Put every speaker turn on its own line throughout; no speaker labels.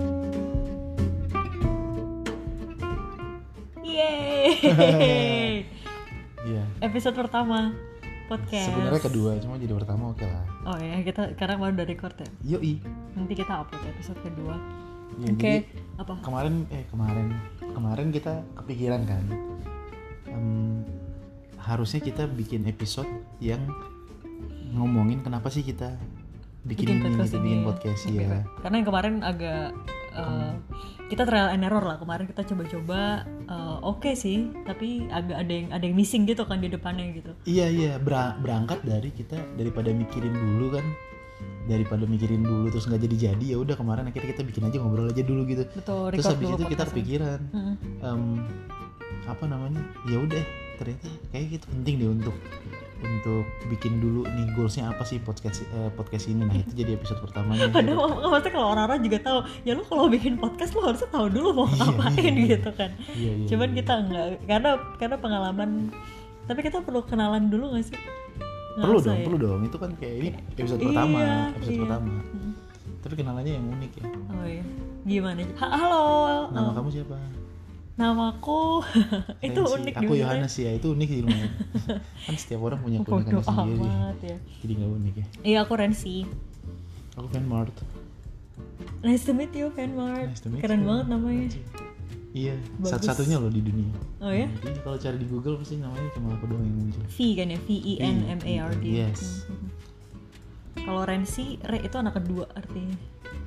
Yeay.
Iya.
Episode pertama podcast.
Sebenarnya kedua, cuma jadi pertama oke lah.
Oh ya, kita sekarang baru dari record ya.
Yoi.
Nanti kita upload episode kedua.
Iya,
Oke.
jadi
Apa?
kemarin eh kemarin kemarin kita kepikiran kan. em, harusnya kita bikin episode yang ngomongin kenapa sih kita bikin, ini, kita bikin podcast
Oke,
ya.
oke. Karena yang kemarin agak uh, kita trial and error lah kemarin kita coba-coba uh, oke sih tapi agak ada yang ada yang missing gitu kan di depannya gitu
Iya iya bera- berangkat dari kita daripada mikirin dulu kan daripada mikirin dulu terus nggak jadi jadi ya udah kemarin akhirnya kita bikin aja ngobrol aja dulu gitu
betul
terus
record
habis
dulu
itu kita
podcastnya.
kepikiran
Mm-mm.
em, apa namanya ya udah ternyata kayak gitu penting deh untuk untuk bikin dulu nih goalsnya apa sih podcast eh, podcast ini nah itu jadi episode pertamanya
Padahal mak- maksudnya kalau orang-orang juga tahu, ya lu kalau bikin podcast lu harusnya tahu dulu mau
Iya,
ngapain
iya.
gitu kan.
Iya, iya,
Cuman
iya.
kita nggak, karena karena pengalaman. Tapi kita perlu kenalan dulu nggak sih? Nggak
perlu
usah
dong
ya?
perlu dong itu kan kayak ini episode
Iya,
pertama episode
iya.
pertama
Mm.
tapi kenalannya yang unik ya
Oh iya. Gimana? Ha- Halo.
nama
Eh,
kamu siapa
Namaku itu
Fancy.
unik
aku
dibilang.
Yohanes ya itu unik sih lumayan kan setiap orang punya
Bodoh
keunikannya sendiri
amat ya.
jadi nggak unik ya
Iya aku Rensi.
aku fan Mart
Nice to meet you, Fanmart.
Nice to meet
Keren
you.
banget namanya.
iya
Bagus.
satu-satunya loh di dunia
Oh ya?
Jadi kalau cari di Google pasti namanya cuma aku doang yang muncul
V kan ya V I N M A R D.
Yes.
Mhm. Kalau Rensi, Re itu anak kedua artinya.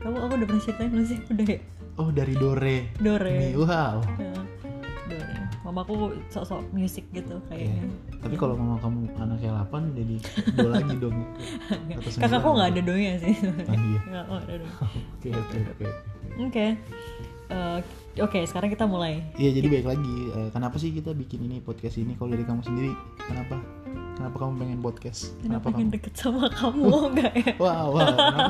Kamu aku udah pernah ceritain belum sih? Udah ya?
oh dari Dore
Dore.
Nih, wow
Ya, Dore. Mamaku sok-sok music gitu
Iya.
kayaknya.
tapi kalau mama kamu anaknya 8 jadi do lagi dong atau sembilan.
Kakakku nggak ada donya sih.
Ah, iya.
Nggak nggak ada donya.
oke oke oke
Oke. Eh, Oke, sekarang kita mulai.
iya jadi baik lagi eh, kenapa sih kita bikin ini podcast ini kalau dari kamu sendiri kenapa kenapa kamu pengen podcast
Kenapa
kamu
pengen deket sama kamu enggak ya?
Wah, wah, kenapa?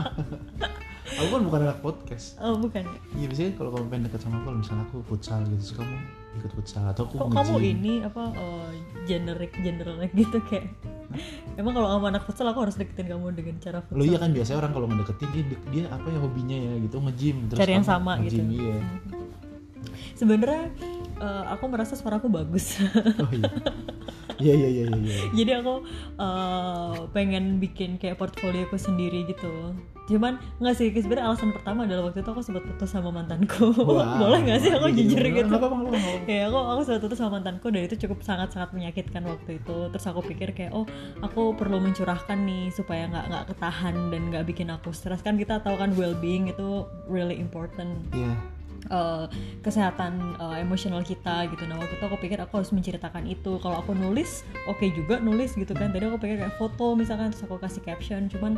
aku kan bukan anak podcast.
Oh bukan ya.
Iya biasanya kalau kamu pengen dekat sama aku, kalau misalnya aku futsal gitu, terus kamu ikut futsal atau aku
Kok
nge-gym.
kamu ini apa eh, generic generic gitu kayak? Emang kalau kamu anak futsal aku harus deketin kamu dengan cara futsal.
Lo iya kan biasanya orang kalau ngedeketin dia, dia apa ya hobinya ya gitu nge-gym terus
Cari yang
kamu
sama gitu.
nge-gym, iya.
Sebenarnya eh, aku merasa suaraku bagus.
Oh iya. Iya iya iya iya. iya.
Jadi aku eh, pengen bikin kayak portfolioku sendiri gitu. Cuman nggak sih sebenarnya alasan pertama adalah waktu itu aku sempat putus sama mantanku.
Wah,
Boleh nggak sih
wah,
aku
iya,
jujur
jadi-
gitu?
nggak apa-apa, nggak apa-apa, nggak apa-apa.
ya aku aku sudah putus sama mantanku dan itu cukup sangat sangat menyakitkan waktu itu terus aku pikir kayak oh aku perlu mencurahkan nih supaya nggak nggak ketahan dan nggak bikin aku stres kan kita tahu kan well being itu really important
Iya.
eh, kesehatan eh, emosional kita gitu nah waktu itu aku pikir aku harus menceritakan itu kalau aku nulis oke juga nulis gitu kan tadi aku pikir kayak foto misalkan terus aku kasih caption cuman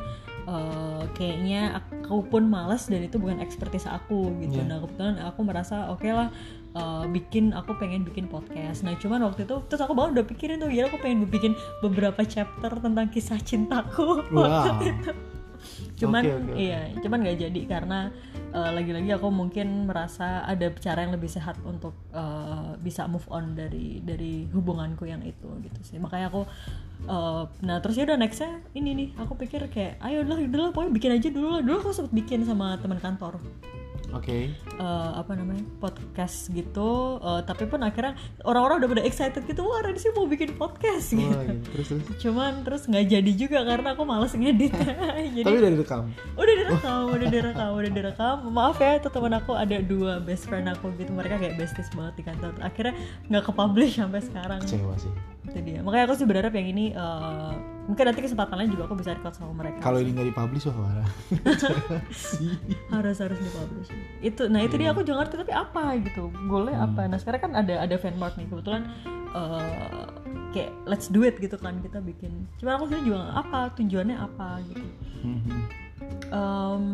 eh, kayaknya aku pun malas dan itu bukan expertise aku gitu
Iya.
nah kebetulan aku merasa oke lah eh, bikin aku pengen bikin podcast nah cuman waktu itu terus aku baru udah pikirin tuh ya aku pengen bikin beberapa chapter tentang kisah cintaku
Wow.
cuman
Oke, oke, oke.
iya cuman nggak jadi karena eh, lagi-lagi aku mungkin merasa ada cara yang lebih sehat untuk eh, bisa move on dari dari hubunganku yang itu gitu sih makanya aku eh, nah terus ya udah nextnya ini nih aku pikir kayak ayo udah udah lah, pokoknya bikin aja dulu lah dulu aku sempet bikin sama teman kantor
Oke.
eh, apa namanya podcast gitu eh, tapi pun akhirnya orang-orang udah pada excited gitu wah Rensi mau bikin podcast gitu
Wah, gitu. Terus terus.
cuman terus nggak jadi juga karena aku males ngedit jadi
Tapi dari rekam.
udah direkam udah direkam udah direkam maaf ya itu teman aku ada dua best friend aku gitu mereka kayak besties banget di kantor akhirnya nggak ke publish sampai sekarang
Kecewa sih.
itu dia makanya aku sih berharap yang ini eh, mungkin nanti kesempatan lain juga aku bisa record sama mereka
Kalau ini nggak dipublish wah parah. Kecewa sih.
harus harus dipublish itu nah itu dia aku juga ngerti tapi apa gitu goalnya apa nah sekarang kan ada ada fanmark nih kebetulan eh, kayak let's do it gitu kan kita bikin cuman aku sendiri juga nggak apa tujuannya apa gitu
Mhm.
Em,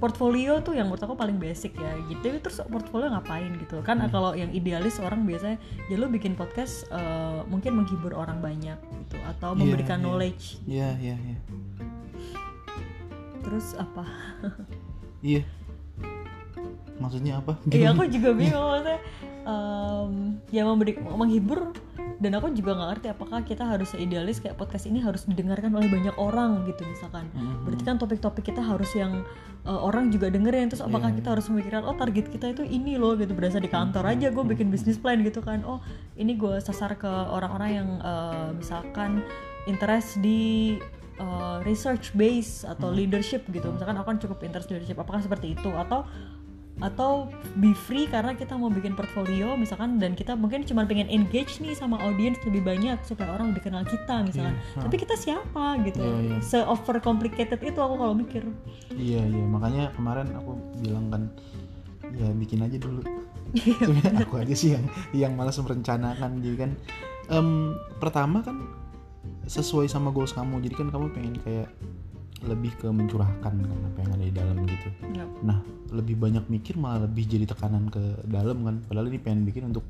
portfolio tuh yang menurut aku paling basic ya gitu terus portfolio ngapain gitu kan
Hmm.
kalau yang idealis orang biasanya ya lu bikin podcast eh, mungkin menghibur orang banyak gitu atau
Iya,
memberikan
iya.
knowledge
Iya iya iya.
terus apa
Iya. Maksudnya apa?
iya aku juga bingung maksudnya em, ya memberi menghibur dan aku juga nggak ngerti apakah kita harus idealis kayak podcast ini harus didengarkan oleh banyak orang gitu misalkan
Mhm.
berarti kan topik-topik kita harus yang uh, orang juga dengerin terus apakah
Iya.
kita harus memikirkan oh target kita itu ini loh gitu berasa di kantor aja gue bikin bisnis plan gitu kan oh ini gue sasar ke orang-orang yang uh, misalkan interest di uh, research base atau leadership gitu misalkan aku kan cukup interest di leadership apakah seperti itu atau atau be free karena kita mau bikin portfolio misalkan dan kita mungkin cuma pengen engage nih sama audiens lebih banyak supaya orang lebih kenal kita misalkan
Iya, ha.
tapi kita siapa gitu
Iya, iya.
se over complicated itu aku kalau mikir
Iya iya makanya kemarin aku bilang kan ya bikin aja dulu.
Iya.
Sebenarnya aku aja sih yang yang malas merencanakan jadi kan em, pertama kan sesuai sama goals kamu jadi kan kamu pengen kayak lebih ke mencurahkan kan apa yang ada di dalam gitu.
Yap.
Nah lebih banyak mikir malah lebih jadi tekanan ke dalam kan padahal ini pengen bikin untuk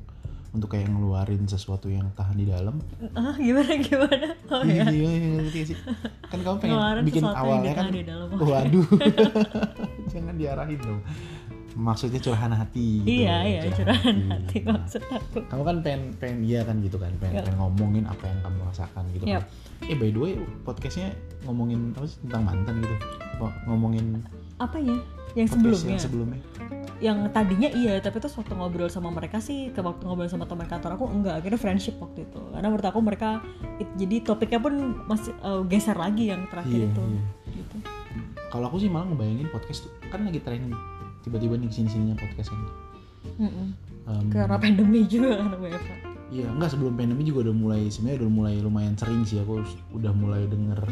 untuk kayak ngeluarin sesuatu yang tahan di dalam
ah gimana gimana oh
iya,
ya
iya, iya, ngerti gak sih? Kan kamu pengen
Ngeluarin
bikin
sesuatu yang
awalnya kan
ditahan di dalam.
Waduh Jangan diarahin dong Maksudnya curahan hati gitu.
iya iya curahan hati
Nah,
maksud aku
Kamu kan pengen, pengen iya kan gitu kan pengen,
Yap.
pengen ngomongin apa yang kamu rasakan gitu kan
Yap.
Eh by the way podcastnya ngomongin apa sih tentang mantan gitu Ngo- Ngomongin
apa ya yang
podcast
sebelumnya
yang sebelumnya
yang tadinya iya tapi terus waktu ngobrol sama mereka sih ke waktu ngobrol sama teman kantor aku enggak akhirnya friendship waktu itu karena menurut aku mereka it- jadi topiknya pun masih eh, geser lagi yang terakhir
Iya,
itu
iya.
gitu
Kalau aku sih malah ngebayangin podcast tuh Kan lagi tren nih, tiba-tiba nih kesini-sininya podcast ini
Mm-mm.
Em,
karena pandemi juga kan WFH
Iya, enggak sebelum pandemi juga udah mulai sebenarnya udah mulai lumayan sering sih aku us- udah mulai denger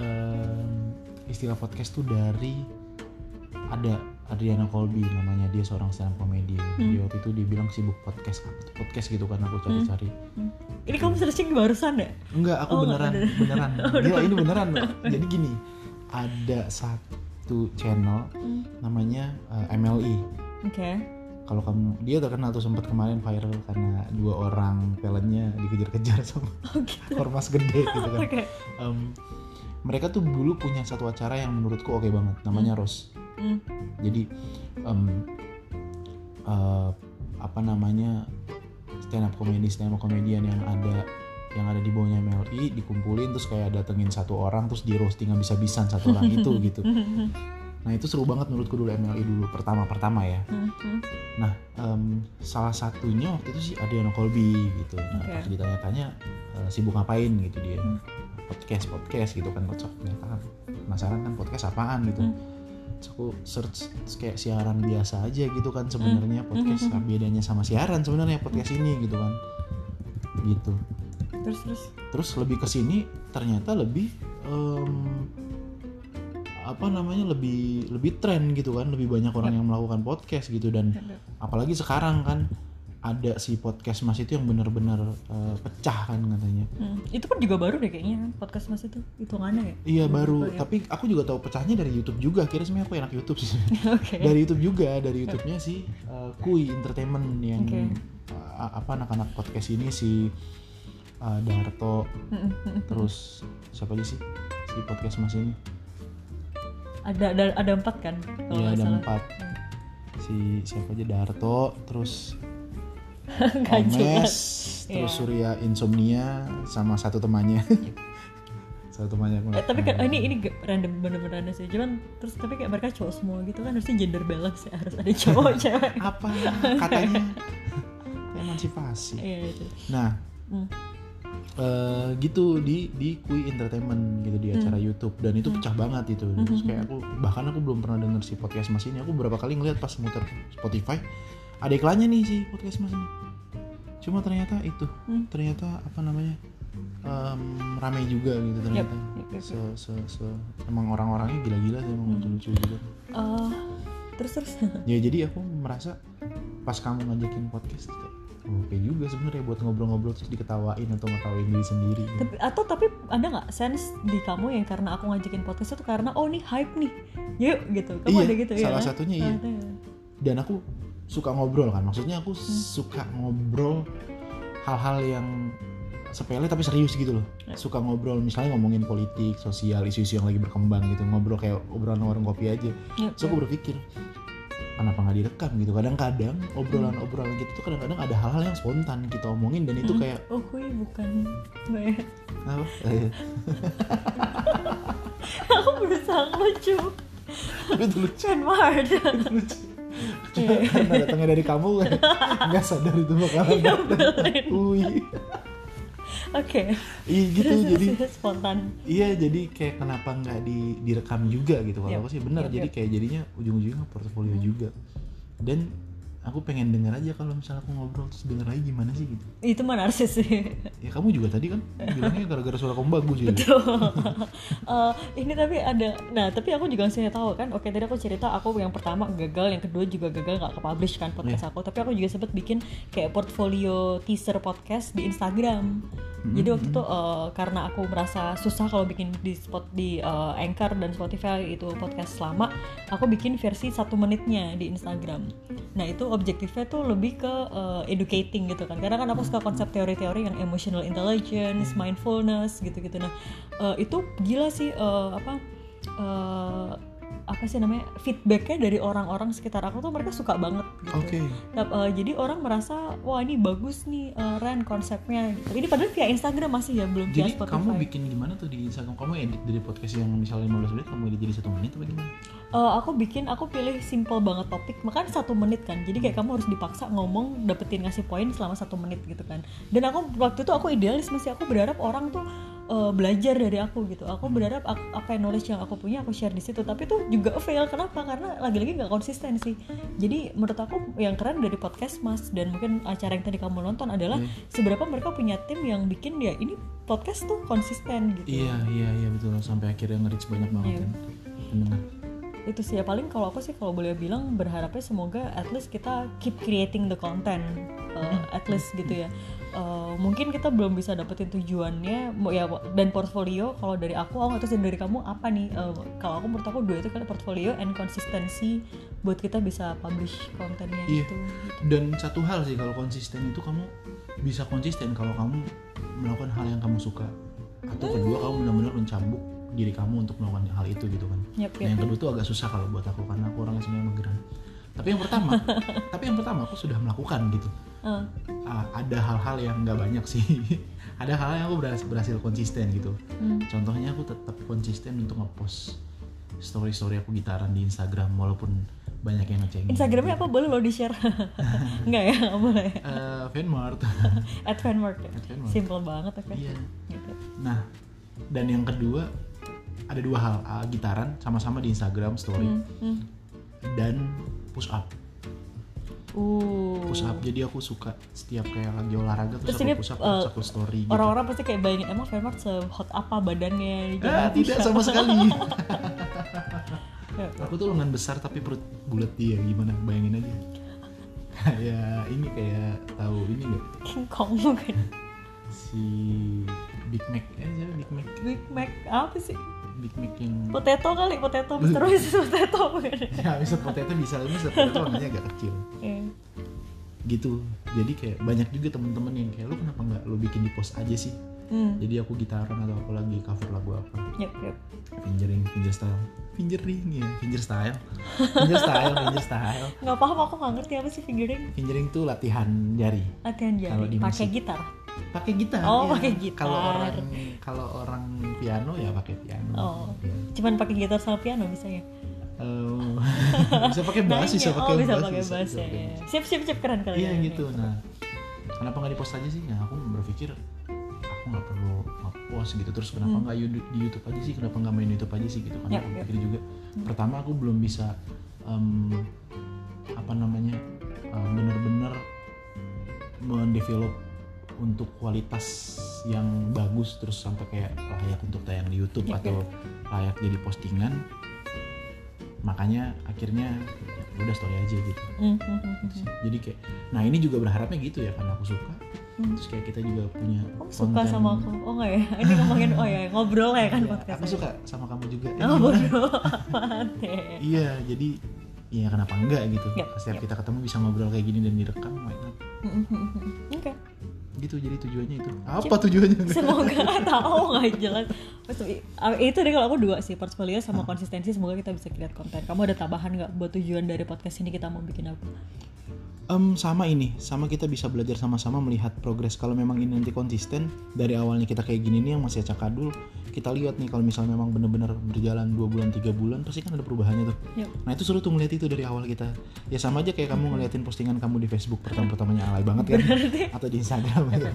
em, istilah podcast tuh dari ada Adriana Colby namanya dia seorang stand up comedian. Dia waktu itu dibilang sibuk podcast apa tuh podcast gitu kan aku cari-cari.
ini kamu searching barusan ya
Enggak, aku
Oh,
beneran
enggak
beneran. Gila, ini beneran. Jadi gini, ada satu channel
Hmm.
namanya eh, MLI
oke
kalau kamu dia terkenal tuh sempat kemarin viral karena dua orang talentnya dikejar-kejar sama ormas gede gitu kan.
Oh, oke
Em, mereka tuh dulu punya satu acara yang menurutku oke banget, namanya Rose.
Hmm.
Jadi em, eh, apa namanya stand up comedy stand up comedian yang ada yang ada di bawahnya MLI dikumpulin terus kayak datengin satu orang terus di roasting habis-habisan satu orang itu gitu.
Hmm,
Nah itu seru banget menurutku dulu MLI dulu pertama pertama ya.
Mhm.
Nah, em, salah satunya waktu itu sih Adriano Colby gitu. Nah,
Oke.
pas ditanya-tanya eh, sibuk ngapain gitu dia.
Hmm.
Podcast, podcast gitu kan kocok. Ternyata kan penasaran kan podcast apaan gitu.
Hmm.
Terus aku search terus kayak siaran biasa aja gitu kan sebenarnya
Hmm.
podcast
Hmm.
bedanya sama siaran sebenarnya podcast ini gitu kan. Gitu.
terus terus
Terus lebih ke sini ternyata lebih em, apa namanya lebih lebih tren gitu kan, lebih banyak
Ya.
orang yang melakukan podcast gitu dan apalagi sekarang kan ada si podcast mas itu yang bener-bener eh, pecah kan katanya
Hmm. itu pun juga baru deh kayaknya kan, podcast mas itu hitungannya ya
iya baru
Baru ya.
tapi aku juga tahu pecahnya dari YouTube juga kira sebenarnya aku enak YouTube sih
oke
dari YouTube juga dari YouTube-nya si eh, Kui Entertainment yang
Oke.
eh, apa anak-anak podcast ini si eh, Darto
Mhm.
terus siapa aja sih si podcast mas ini
ada ada ada empat kan kalau
Iya,
nggak
ada
salah. Hmm.
empat. si siapa aja Darto terus
Nggak jelas.
Omes, terus
Iya.
Surya Insomnia sama satu temannya. satu temannya aku.
Eh,
nggak-
tapi kan oh, ini ini ge- random bener-bener random sih cuman terus tapi kayak mereka cowok semua gitu kan harusnya gender balance ya harus ada cowok cewek
apa ya? katanya emansipasi.
iya itu
Nah,
Hmm.
eh, gitu di di Kui Entertainment gitu di acara
Hmm.
YouTube dan itu pecah banget itu. Terus kayak aku bahkan aku belum pernah denger si podcast Mas ini. Aku beberapa kali ngeliat pas muter Spotify ada iklannya nih si podcast Mas ini. Cuma ternyata itu,
Hmm.
ternyata apa namanya? em, ramai juga gitu
Yap,
ternyata.
yap, yap,
Se,
yap.
se, se- emang orang-orangnya gila-gila sih emang lucu-lucu juga.
Eh, terus terus
Ya jadi aku merasa pas kamu ngajakin podcast kayak, oh, oke juga sebenarnya buat ngobrol-ngobrol terus diketawain atau ngetawain diri sendiri. gitu.
tapi, atau tapi ada nggak sense di kamu yang karena aku ngajakin podcast itu karena oh nih hype nih yuk gitu kamu
Iya,
ada gitu ya
salah
kan?
satunya
Salah
iya.
satunya.
Dan aku suka ngobrol kan, maksudnya
Hmm.
aku suka ngobrol hal-hal yang sepele tapi serius gitu loh.
Ya.
Suka ngobrol misalnya ngomongin politik, sosial, isu-isu yang lagi berkembang gitu, ngobrol kayak obrolan warung kopi aja.
Yap, yap.
So aku berpikir kenapa nggak direkam gitu kadang-kadang obrolan-obrolan gitu tuh kadang-kadang ada hal-hal yang spontan kita omongin dan itu
Mm-mm.
kayak
oh gue bukan Nggak ya?
apa Eh,
aku berusaha lucu
tapi itu lucu
Try hard
lucu Cuma karena datangnya dari kamu kan nggak sadar itu bakalan
Iya,
datang.
beneran.
Ui.
oke
Iya gitu
Terus-
jadi
terus spontan
Iya jadi kayak kenapa nggak di, direkam juga gitu kalau
Yap.
aku sih benar
Yap,
jadi
yap.
kayak jadinya ujung-ujungnya portfolio juga dan aku pengen denger aja kalau misalnya aku ngobrol terus denger lagi gimana sih gitu
itu mah narsis sih
ya kamu juga tadi kan bilangnya gara-gara suara kamu bagus jadi
Tuh. Eh, ini tapi ada nah tapi aku juga sih tahu kan oke tadi aku cerita aku yang pertama gagal yang kedua juga gagal nggak ke publish kan podcast aku tapi aku juga sempet bikin kayak portfolio teaser podcast di Instagram jadi waktu itu eh, karena aku merasa susah kalau bikin di spot di eh, Anchor dan Spotify itu podcast lama aku bikin versi satu menitnya di Instagram nah itu objektifnya tuh lebih ke eh, educating gitu kan karena kan aku suka konsep teori-teori yang emotional intelligence mindfulness gitu-gitu nah eh, itu gila sih eh, apa eh, apa sih namanya feedbacknya dari orang-orang sekitar aku tuh mereka suka banget gitu
oke
Tap- eh, jadi orang merasa wah ini bagus nih eh, Ren konsepnya gitu. Ini padahal via Instagram masih ya belum via
jadi
Spotify.
kamu bikin gimana tuh di Instagram kamu edit dari podcast yang misalnya 15 menit kamu edit jadi satu menit apa gimana
Eh, aku bikin aku pilih simple banget topik makanya satu menit kan jadi kayak kamu harus dipaksa ngomong dapetin ngasih poin selama satu menit gitu kan dan aku waktu itu aku idealis masih aku berharap orang tuh eh, belajar dari aku gitu aku berharap ak- apa yang knowledge yang aku punya aku share di situ tapi tuh juga fail kenapa karena lagi-lagi nggak konsisten sih jadi menurut aku yang keren dari podcast mas dan mungkin acara yang tadi kamu nonton adalah
Iya.
seberapa mereka punya tim yang bikin ya ini podcast tuh konsisten gitu
iya iya iya betul sampai akhirnya nge-reach banyak banget
Iya.
kan pendengar
itu sih ya paling kalau aku sih kalau boleh bilang berharapnya semoga at least kita keep creating the content
Mm-hmm.
uh, at least gitu ya Uh, mungkin kita belum bisa dapetin tujuannya mau ya dan portfolio kalau dari aku aku terus dari kamu apa nih Uh, kalau aku menurut aku dua itu kan portfolio and konsistensi buat kita bisa publish kontennya
Iya.
gitu
dan satu hal sih kalau konsisten itu kamu bisa konsisten kalau kamu melakukan hal yang kamu suka atau kedua kamu benar-benar mencambuk diri kamu untuk melakukan hal itu gitu kan
Yap,
nah,
yap.
yang kedua tuh agak susah kalau buat aku karena aku orangnya sebenarnya mageran tapi yang pertama tapi yang pertama aku sudah melakukan gitu
Uh,
Ah, ada hal-hal yang nggak banyak sih ada hal yang aku berhasil, berhasil konsisten gitu
hmm.
contohnya aku tetap konsisten untuk ngepost story-story aku gitaran di Instagram walaupun banyak yang ngecengin
Instagramnya apa boleh lo di share nggak ya nggak boleh
Eh, fanmart
at fanmark ya
At fanmart.
simple banget oke
Iya.
Gitu.
Nah, dan yang kedua ada dua hal, ah, gitaran sama-sama di Instagram story
Hmm, hmm.
dan push up.
Uh.
Push up. Jadi aku suka setiap kayak lagi olahraga terus,
Terus
aku
ini,
push up
eh,
terus aku story gitu.
Orang-orang pasti kayak bayangin emang Fenerbahce sehot apa badannya gitu.
Ah, tidak sama sekali.
Ya.
aku tuh lengan besar tapi perut bulat dia gimana bayangin aja. ya ini kayak tahu ini gak
King Kong bukan
si Big Mac eh siapa Big Mac
Big Mac apa sih?
Big Mac yang
Potato kali, potato Mr. Mrs. Potato bukan?
ya bisa potato bisa tapi bisa potato lengannya agak kecil
Iya.
gitu jadi kayak banyak juga temen-temen yang kayak lu kenapa nggak lu bikin di post aja sih
Hmm.
jadi aku gitaran atau aku lagi cover lagu apa
Yep, yep.
fingering fingerstyle fingering ya fingerstyle fingerstyle fingerstyle
Gak paham aku gak ngerti apa sih fingering
fingering tuh latihan jari
latihan
Kalau
jari
di
pakai
musik.
gitar.
pakai gitar
Oh,
ya.
pakai gitar.
kalau orang kalau orang piano ya pakai piano
Oh.
Ya.
Cuman pakai gitar sama piano bisa ya?
Eh, bisa pakai bass
Nanya,
bisa
oh,
pakai
bisa
bass,
pakai
bisa-
bass
bisa
ya.
pakai
ya.
bass.
Siap siap siap keren ya. keren.
iya
keren.
gitu nah kenapa nggak di post aja sih nah aku berpikir aku nggak perlu nge-post gitu terus kenapa nggak you- di YouTube aja sih kenapa nggak main YouTube aja sih gitu
Hmm.
karena
Ya,
aku
ya.
pikir juga pertama aku belum bisa em, apa namanya em, bener-bener mendevelop untuk kualitas yang bagus terus sampai kayak layak untuk tayang di YouTube
Ya, ya.
atau layak jadi postingan makanya akhirnya ya udah story aja gitu
Hmm, hmm, hmm,
gitu
hmm.
sih. jadi kayak nah ini juga berharapnya gitu ya karena aku suka
Hmm.
terus kayak kita juga punya
Kamu suka sama aku? Oh enggak ya? Ini ngomongin oh ya ngobrol ya kan
Iya,
podcast.
aku suka sama kamu juga Eh,
Oh
gimana?
bodoh apaan deh.
iya jadi ya kenapa enggak gitu
Yap,
setiap
yap. Hmm,
kita ketemu bisa ngobrol kayak gini dan direkam why not?
Mm, mm, mm, mm. Oke.
gitu jadi tujuannya itu apa tujuannya
semoga tahu nggak jelas Terus, i- ah, itu deh kalau aku dua sih portfolio sama konsistensi semoga kita bisa create konten kamu ada tambahan nggak buat tujuan dari podcast ini kita mau bikin apa
Em, sama ini sama kita bisa belajar sama-sama melihat progres kalau memang ini nanti konsisten dari awalnya kita kayak gini nih yang masih acak-adul kita lihat nih kalau misalnya memang bener-bener berjalan dua bulan tiga bulan pasti kan ada perubahannya tuh
Yap.
nah itu seru tuh ngeliat itu dari awal kita ya sama aja kayak kamu ngeliatin postingan kamu di Facebook pertama-pertamanya alay banget kan
berarti
atau di Instagram gitu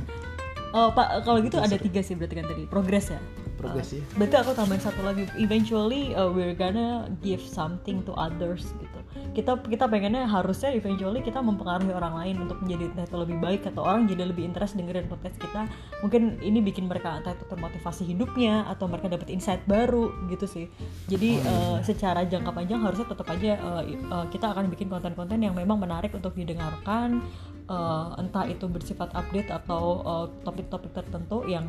oh pak kalau gitu ada tiga sih berarti kan tadi progres ya
progres ya
Berarti aku tambahin satu lagi. Eventually uh, we're gonna give something to others gitu. Kita kita pengennya harusnya eventually kita mempengaruhi orang lain untuk menjadi entah itu lebih baik atau orang jadi lebih interest dengerin podcast kita. Mungkin ini bikin mereka entah itu termotivasi hidupnya atau mereka dapat insight baru gitu sih. Jadi uh, secara jangka panjang harusnya tetap aja uh, i- uh, kita akan bikin konten-konten yang memang menarik untuk didengarkan. uh, entah itu bersifat update atau uh, topik-topik tertentu yang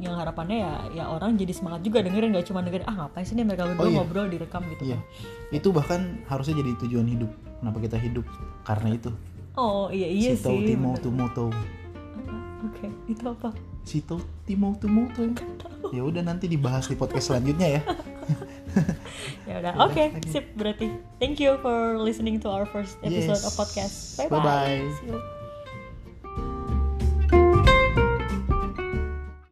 yang harapannya ya ya orang jadi semangat juga dengerin gak cuma dengerin ah ngapain sih nih mereka berdua
Oh, iya.
ngobrol direkam gitu
iya
kan
itu bahkan harusnya jadi tujuan hidup kenapa kita hidup karena itu
oh iya iya
Sito
sih bener.
Timo
Ah,
to Moto
oke itu apa
Sito Timo to Moto ya udah nanti dibahas di podcast selanjutnya ya
ya udah
Yaudah,
oke
oke.
sip berarti thank you for listening to our first episode
Yes.
of podcast bye bye
Bye-bye.
See you.